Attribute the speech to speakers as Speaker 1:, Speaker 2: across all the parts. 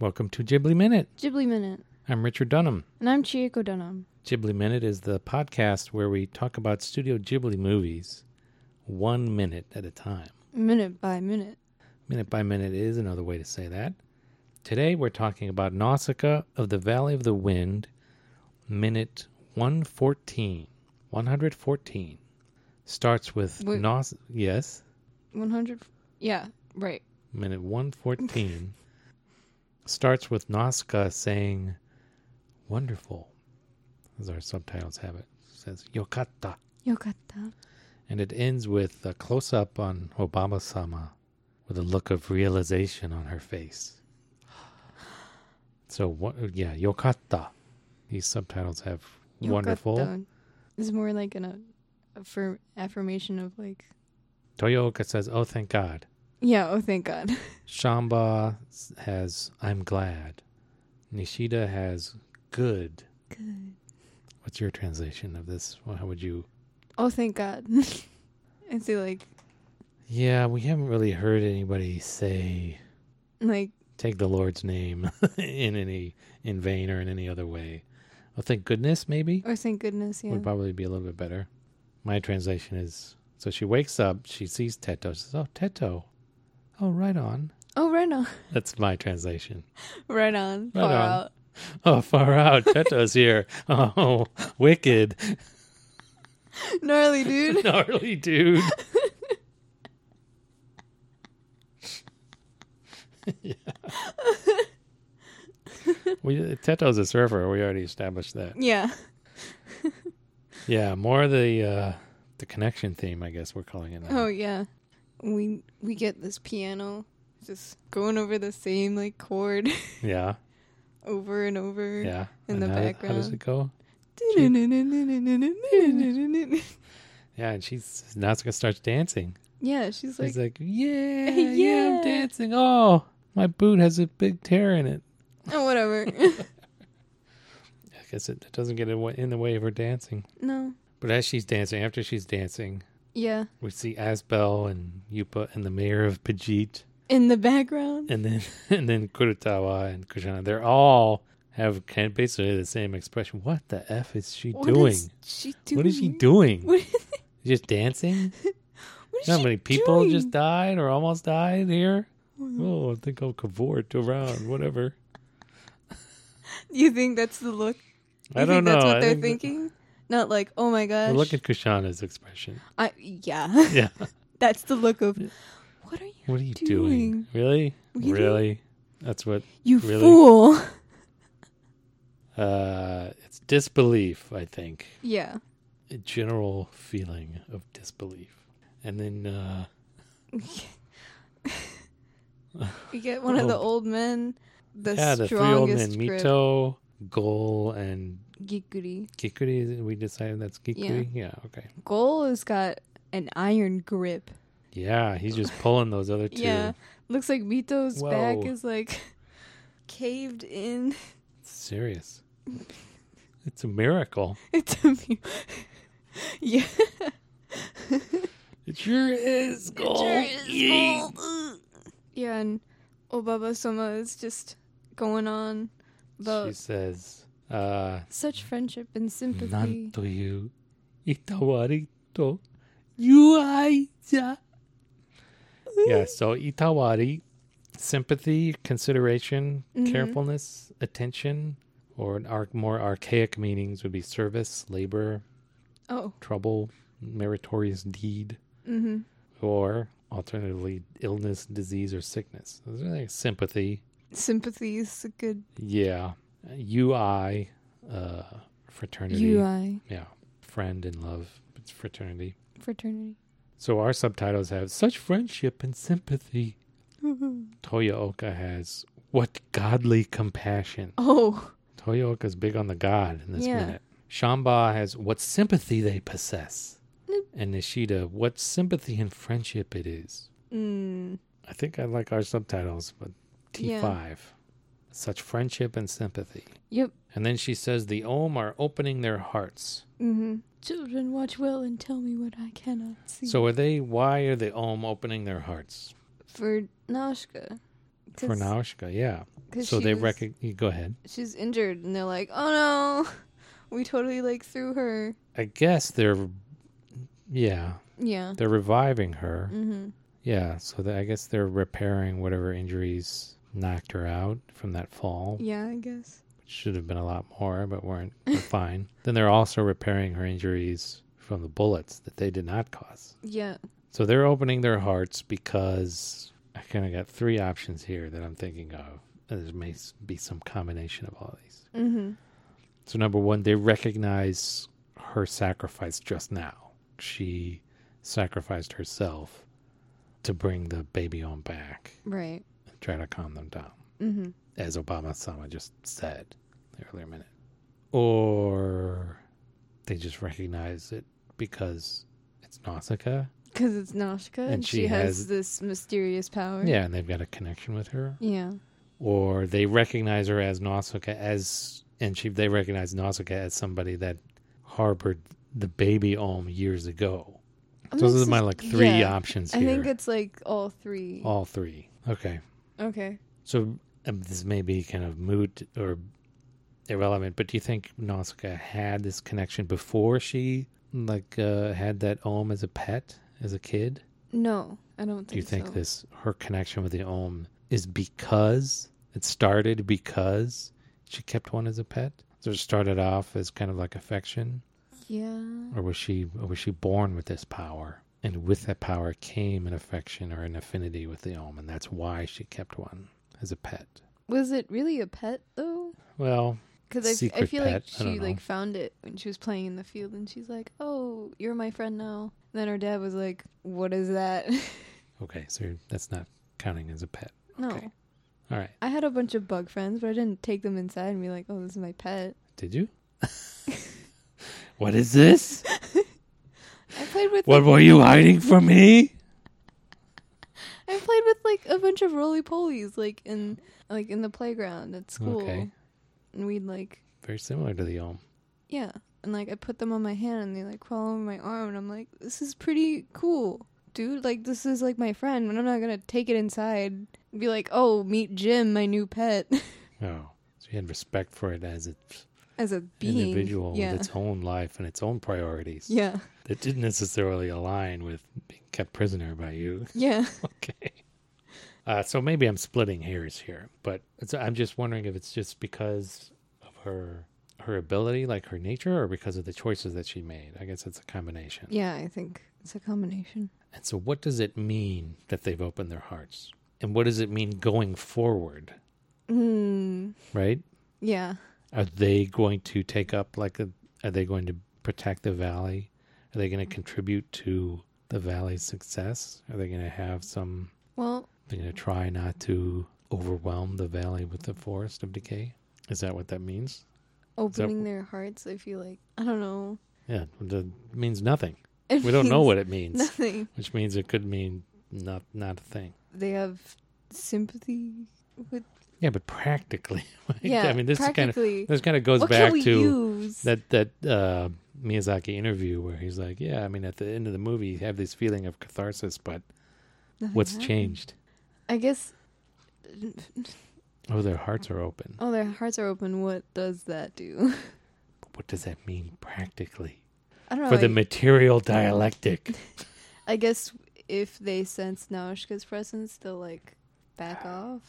Speaker 1: Welcome to Ghibli Minute.
Speaker 2: Ghibli Minute.
Speaker 1: I'm Richard Dunham.
Speaker 2: And I'm Chieko Dunham.
Speaker 1: Ghibli Minute is the podcast where we talk about Studio Ghibli movies one minute at a time.
Speaker 2: Minute by minute.
Speaker 1: Minute by minute is another way to say that. Today we're talking about Nausicaa of the Valley of the Wind, minute 114. 114 starts with
Speaker 2: Wait.
Speaker 1: Naus. Yes,
Speaker 2: 100. Yeah, right.
Speaker 1: minute 114 starts with Nausicaa saying, "Wonderful," as our subtitles have it. says "Yokata,"
Speaker 2: Yokatta.
Speaker 1: and it ends with a close-up on Obama-sama with a look of realization on her face. So what? Yeah, "Yokata." These subtitles have "wonderful."
Speaker 2: It's more like an affirm- affirmation of like,
Speaker 1: Toyooka says, "Oh, thank God."
Speaker 2: yeah, oh, thank God.
Speaker 1: Shamba s- has I'm glad. Nishida has good.
Speaker 2: Good.
Speaker 1: What's your translation of this? Well, How would you?
Speaker 2: Oh, thank God. I say like,
Speaker 1: Yeah, we haven't really heard anybody say
Speaker 2: like,
Speaker 1: take the Lord's name in any in vain or in any other way. Oh, thank goodness, maybe
Speaker 2: oh, thank goodness, yeah.
Speaker 1: would probably be a little bit better. My translation is so she wakes up, she sees Teto, says, "Oh, Teto, oh, right on."
Speaker 2: Oh, right on.
Speaker 1: That's my translation.
Speaker 2: Right on.
Speaker 1: Right
Speaker 2: Far
Speaker 1: on.
Speaker 2: out.
Speaker 1: Oh, far out, Teto's here. Oh, wicked.
Speaker 2: Gnarly, dude.
Speaker 1: gnarly dude. Yeah. we Teto's a surfer. We already established that.
Speaker 2: yeah.
Speaker 1: Yeah, more the uh, the connection theme, I guess we're calling it. Now.
Speaker 2: Oh, yeah. We we get this piano just going over the same like chord
Speaker 1: yeah,
Speaker 2: over and over.
Speaker 1: yeah.
Speaker 2: In the
Speaker 1: how, How does
Speaker 2: background.
Speaker 1: it go?
Speaker 2: yeah,
Speaker 1: Yeah, and she's Natsuka starts dancing.
Speaker 2: she's like,
Speaker 1: She's like, yeah, yeah, I'm
Speaker 2: Yeah.
Speaker 1: dancing. Oh, my boot has a big tear in it.
Speaker 2: oh, whatever.
Speaker 1: I guess it, it doesn't get in wa- in the way of her dancing.
Speaker 2: no.
Speaker 1: But as she's dancing, after she's dancing,
Speaker 2: Yeah.
Speaker 1: We see Asbel and Yupa and the mayor of Pajit,
Speaker 2: In the background.
Speaker 1: and then and then Kurutawa and Kushana. They're all have kind of basically the same expression. What the f is she
Speaker 2: What
Speaker 1: doing?
Speaker 2: is she doing?
Speaker 1: What is she doing?
Speaker 2: What is,
Speaker 1: Just dancing?
Speaker 2: what is
Speaker 1: You know
Speaker 2: she
Speaker 1: How many people
Speaker 2: doing?
Speaker 1: just died or almost died here? Oh, I think I'll cavort around. Whatever.
Speaker 2: You think that's the look? You
Speaker 1: I don't
Speaker 2: think
Speaker 1: know.
Speaker 2: That's what
Speaker 1: I
Speaker 2: they're
Speaker 1: think that-
Speaker 2: thinking. Not like, oh my gosh.
Speaker 1: Well, look at Kushana's expression.
Speaker 2: I yeah.
Speaker 1: Yeah.
Speaker 2: that's the look of. What are you?
Speaker 1: What are you doing? Really?
Speaker 2: Really?
Speaker 1: Really? That's what
Speaker 2: You
Speaker 1: Really?
Speaker 2: fool.
Speaker 1: uh it's disbelief, I think.
Speaker 2: Yeah.
Speaker 1: a general feeling of disbelief. And then uh
Speaker 2: You get one of the
Speaker 1: Oh.
Speaker 2: old men. The
Speaker 1: yeah, the three old men,
Speaker 2: strongest grip.
Speaker 1: Mito, Goal, and
Speaker 2: Gikuri.
Speaker 1: Kikuri. is it- We decided that's Kikuri. Yeah. okay.
Speaker 2: Goal has got an iron grip.
Speaker 1: Yeah, he's just pulling those other two.
Speaker 2: Yeah. Looks like Mito's back
Speaker 1: Whoa.
Speaker 2: is like caved in.
Speaker 1: It's serious. It's a miracle.
Speaker 2: It's a mu- yeah.
Speaker 1: It sure is Goal. Yee.
Speaker 2: Yeah, and Obaba Soma is just going on about
Speaker 1: She says, uh,
Speaker 2: such friendship and sympathy.
Speaker 1: Nan to you, Itawarito, Yuaija. Yeah, so itawari, sympathy, consideration,
Speaker 2: Mhm.
Speaker 1: carefulness, attention, or in arc more archaic meanings would be service, labor,
Speaker 2: Oh.
Speaker 1: trouble, meritorious deed,
Speaker 2: Mm-hmm.
Speaker 1: or alternatively illness, disease, or sickness. Those are like sympathy.
Speaker 2: Sympathy is a good
Speaker 1: Yeah, UI, uh, fraternity.
Speaker 2: UI
Speaker 1: Yeah, friend and love. It's fraternity.
Speaker 2: fraternity.
Speaker 1: So our subtitles have such friendship and sympathy. Toyooka has what godly compassion.
Speaker 2: oh.
Speaker 1: Toyooka's big on the god in this
Speaker 2: Yeah.
Speaker 1: minute. Shamba has what sympathy they possess.
Speaker 2: Nope.
Speaker 1: And Nishida, what sympathy and friendship it is.
Speaker 2: Mm.
Speaker 1: I think I like our subtitles, but T5.
Speaker 2: Yeah.
Speaker 1: Such friendship and sympathy.
Speaker 2: Yep.
Speaker 1: And then she says the Om are opening their hearts.
Speaker 2: Mm-hmm. Children, watch well and tell me what I cannot see.
Speaker 1: So are they, why are the Om opening their hearts?
Speaker 2: for Nashka.
Speaker 1: For Naushka, yeah.
Speaker 2: 'Cause
Speaker 1: So
Speaker 2: she
Speaker 1: they
Speaker 2: was-
Speaker 1: recognize. Go ahead.
Speaker 2: she's injured, and they're like, "Oh no, we totally like threw her."
Speaker 1: I guess they're, yeah,
Speaker 2: Yeah.
Speaker 1: they're reviving her.
Speaker 2: Mm-hmm.
Speaker 1: Yeah, so the, I guess they're repairing whatever injuries knocked her out from that fall,
Speaker 2: Yeah, I guess.
Speaker 1: which should have been a lot more, but weren't were fine. Then they're also repairing her injuries from the bullets that they did not cause.
Speaker 2: Yeah.
Speaker 1: So they're opening their hearts because I kind of got three options here that I'm thinking of. And there may s- be some combination of all these.
Speaker 2: Mm-hmm.
Speaker 1: So number one, they recognize her sacrifice just now. She sacrificed herself to bring the baby on back
Speaker 2: Right.
Speaker 1: and try to calm them down,
Speaker 2: Mm-hmm.
Speaker 1: as Obama Sama just said the earlier minute. Or they just recognize it because it's Nausicaa.
Speaker 2: Because it's Nashka, and,
Speaker 1: And
Speaker 2: she,
Speaker 1: she
Speaker 2: has,
Speaker 1: has-
Speaker 2: this mysterious power.
Speaker 1: Yeah, and they've got a connection with her.
Speaker 2: Yeah.
Speaker 1: Or they recognize her as Nausicaa as and she they recognize Nausicaa as somebody that harbored the baby Om years ago.
Speaker 2: I'm
Speaker 1: Those
Speaker 2: not
Speaker 1: are my
Speaker 2: sus-
Speaker 1: like three
Speaker 2: yeah.
Speaker 1: options
Speaker 2: I
Speaker 1: here.
Speaker 2: think it's like all three.
Speaker 1: all three. Okay,
Speaker 2: okay.
Speaker 1: so um, this may be kind of moot or irrelevant, but do you think Nausicaa had this connection before she like uh, had that Om as a pet as a kid?
Speaker 2: No, I don't think.
Speaker 1: Do you think
Speaker 2: so.
Speaker 1: this her connection with the Om is because it started because she kept one as a pet? So it started off as kind of like affection,
Speaker 2: Yeah.
Speaker 1: or was she or was she born with this power? And with that power came an affection or an affinity with the Om, and that's why she kept one as a pet.
Speaker 2: Was it really a pet though?
Speaker 1: Well,
Speaker 2: Because I,
Speaker 1: Secret
Speaker 2: feel like
Speaker 1: pet, I don't
Speaker 2: she
Speaker 1: know.
Speaker 2: like found it when she was playing in the field, and she's like, "Oh, you're my friend now." And then her dad was like, "What is that?"
Speaker 1: okay, so you're- that's not counting as a pet.
Speaker 2: no,
Speaker 1: Okay. All right,
Speaker 2: I had a bunch of bug friends, but I didn't take them inside and be like, "Oh, this is my pet."
Speaker 1: did you? what is this?
Speaker 2: I played with
Speaker 1: What
Speaker 2: like,
Speaker 1: were you hiding from me?
Speaker 2: I played with like a bunch of roly polies, like in like in the playground at school,
Speaker 1: Okay.
Speaker 2: and we'd like
Speaker 1: Very similar to the Om.
Speaker 2: yeah, and like I put them on my hand, and they like crawl over my arm, and I'm like, "This is pretty cool." Dude, like this is like my friend, and I'm not gonna take it inside and be like, "Oh, meet Jim, my new pet."
Speaker 1: Oh, so you had respect for it as its
Speaker 2: as a being
Speaker 1: individual
Speaker 2: yeah
Speaker 1: with its own life and its own priorities
Speaker 2: yeah
Speaker 1: that didn't necessarily align with being kept prisoner by you.
Speaker 2: yeah
Speaker 1: okay. Uh, so maybe I'm splitting hairs here, but it's, I'm just wondering if it's just because of her her ability, like her nature, or because of the choices that she made. I guess it's a combination.
Speaker 2: yeah i think it's a combination
Speaker 1: And so, what does it mean that they've opened their hearts, and what does it mean going forward?
Speaker 2: mm,
Speaker 1: Right?
Speaker 2: yeah
Speaker 1: Are they going to take up like a? Are they going to protect the valley? Are they going to contribute to the valley's success? Are they going to have some
Speaker 2: well
Speaker 1: They're going to try not to overwhelm the valley with the forest of decay. Is that what that means?
Speaker 2: opening their hearts i feel like i don't know
Speaker 1: Yeah, that means nothing.
Speaker 2: It
Speaker 1: We don't know
Speaker 2: means
Speaker 1: what it means,
Speaker 2: nothing
Speaker 1: which means it could mean not not a thing.
Speaker 2: they have sympathy with
Speaker 1: Yeah, but practically, like,
Speaker 2: yeah
Speaker 1: I mean, this is kind of
Speaker 2: practically
Speaker 1: this kind of goes
Speaker 2: what
Speaker 1: back
Speaker 2: can we
Speaker 1: to
Speaker 2: use
Speaker 1: that that uh, Miyazaki interview where he's like, "Yeah, I mean, at the end of the movie, you have this feeling of catharsis, but
Speaker 2: Uh-huh. Nothing
Speaker 1: what's
Speaker 2: happened.
Speaker 1: changed?
Speaker 2: i guess
Speaker 1: Oh, their hearts are open.
Speaker 2: oh their hearts are open what does that do
Speaker 1: What does that mean practically
Speaker 2: i don't know
Speaker 1: for the
Speaker 2: I-
Speaker 1: material dialectic?"
Speaker 2: I guess if they sense Naushka's presence, they'll like back off.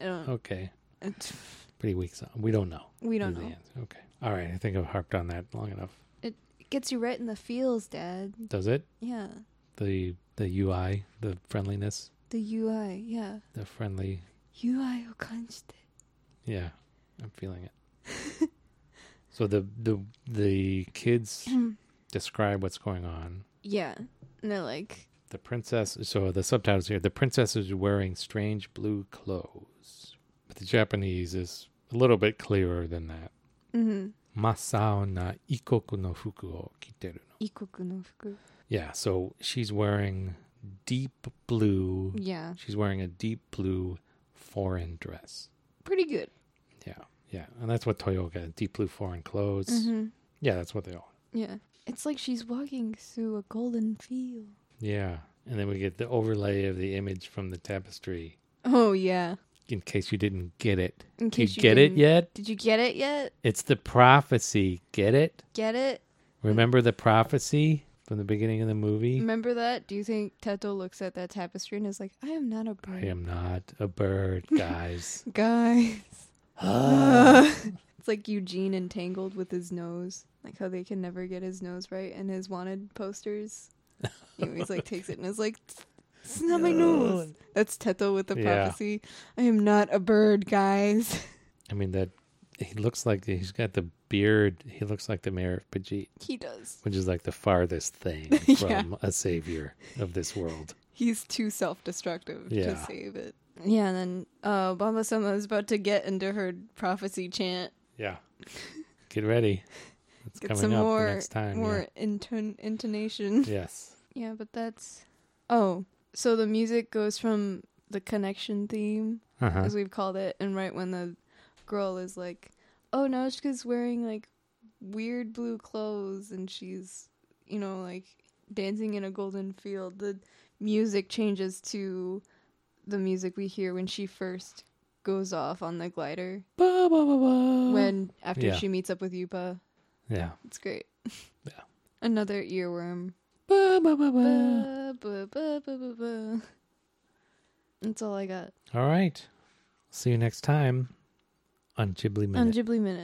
Speaker 2: I don't.
Speaker 1: okay.
Speaker 2: it-
Speaker 1: pretty weak song. We don't know.
Speaker 2: We don't
Speaker 1: is the
Speaker 2: know.
Speaker 1: answer. Okay. All right. I think I've harped on that long enough.
Speaker 2: Gets you right in the feels, Dad.
Speaker 1: Does it?
Speaker 2: Yeah,
Speaker 1: The the UI, the friendliness,
Speaker 2: the UI. Yeah,
Speaker 1: the friendly.
Speaker 2: UI okanched.
Speaker 1: Yeah, I'm feeling it. so the the the kids describe what's going on.
Speaker 2: Yeah, and they're like,
Speaker 1: The princess. So the subtitles here. The princess is wearing strange blue clothes, but the Japanese is a little bit clearer than that.
Speaker 2: mm-hmm.
Speaker 1: Masao na ikoku no fuku o kiteru
Speaker 2: Ikoku no fuku.
Speaker 1: Yeah, so she's wearing deep blue.
Speaker 2: Yeah,
Speaker 1: She's wearing a deep blue foreign dress.
Speaker 2: pretty good.
Speaker 1: Yeah, yeah. And that's what Toyoka, deep blue foreign clothes.
Speaker 2: Mm-hmm.
Speaker 1: Yeah, that's what they all.
Speaker 2: Yeah, it's like she's walking through a golden field.
Speaker 1: Yeah. And then we get the overlay of the image from the tapestry
Speaker 2: Oh yeah,
Speaker 1: in case you didn't get it.
Speaker 2: In case you,
Speaker 1: get it
Speaker 2: didn't-
Speaker 1: yet?
Speaker 2: Did you get it yet?
Speaker 1: It's the prophecy. Get it?
Speaker 2: Get it?
Speaker 1: Remember the prophecy from the beginning of the movie?
Speaker 2: Remember that? Do you think Teto looks at that tapestry and is like, I am not a
Speaker 1: I
Speaker 2: bird
Speaker 1: am not a bird, guys.
Speaker 2: guy?
Speaker 1: Ah.
Speaker 2: it's like Eugene entangled with his nose. Like how they can never get his nose right in his wanted posters. He always like takes it and is like, It's not my nose. That's Teto with the
Speaker 1: Yeah.
Speaker 2: prophecy. I am not a bird, guys.
Speaker 1: I mean that he looks like he's got the beard. He looks like the mayor of Pajit,
Speaker 2: he does.
Speaker 1: which is like the farthest thing
Speaker 2: Yeah.
Speaker 1: from a savior of this world.
Speaker 2: He's too self destructive to
Speaker 1: Yeah.
Speaker 2: save it. Yeah, and then uh Baba Sama is about to get into her prophecy chant.
Speaker 1: Yeah. Get ready. It's
Speaker 2: Get
Speaker 1: coming
Speaker 2: some
Speaker 1: up
Speaker 2: more
Speaker 1: next time.
Speaker 2: more inton- intonation.
Speaker 1: yeah. Yes.
Speaker 2: Yeah, but that's oh. So the music goes from the connection theme,
Speaker 1: Uh-huh.
Speaker 2: as we've called it, and right when the girl is like, "Oh, Naushka's wearing like weird blue clothes and she's, you know, like dancing in a golden field," the music changes to the music we hear when she first goes off on the glider
Speaker 1: Ba, ba, ba, ba.
Speaker 2: when after
Speaker 1: yeah.
Speaker 2: she meets up with Yupa.
Speaker 1: Yeah.
Speaker 2: It's great.
Speaker 1: Yeah.
Speaker 2: Another earworm.
Speaker 1: Ba, ba, ba, ba.
Speaker 2: Buh, buh, buh, buh, buh, buh. That's all I got
Speaker 1: All right. See you next time on Ghibli Minute.
Speaker 2: on Ghibli Minute.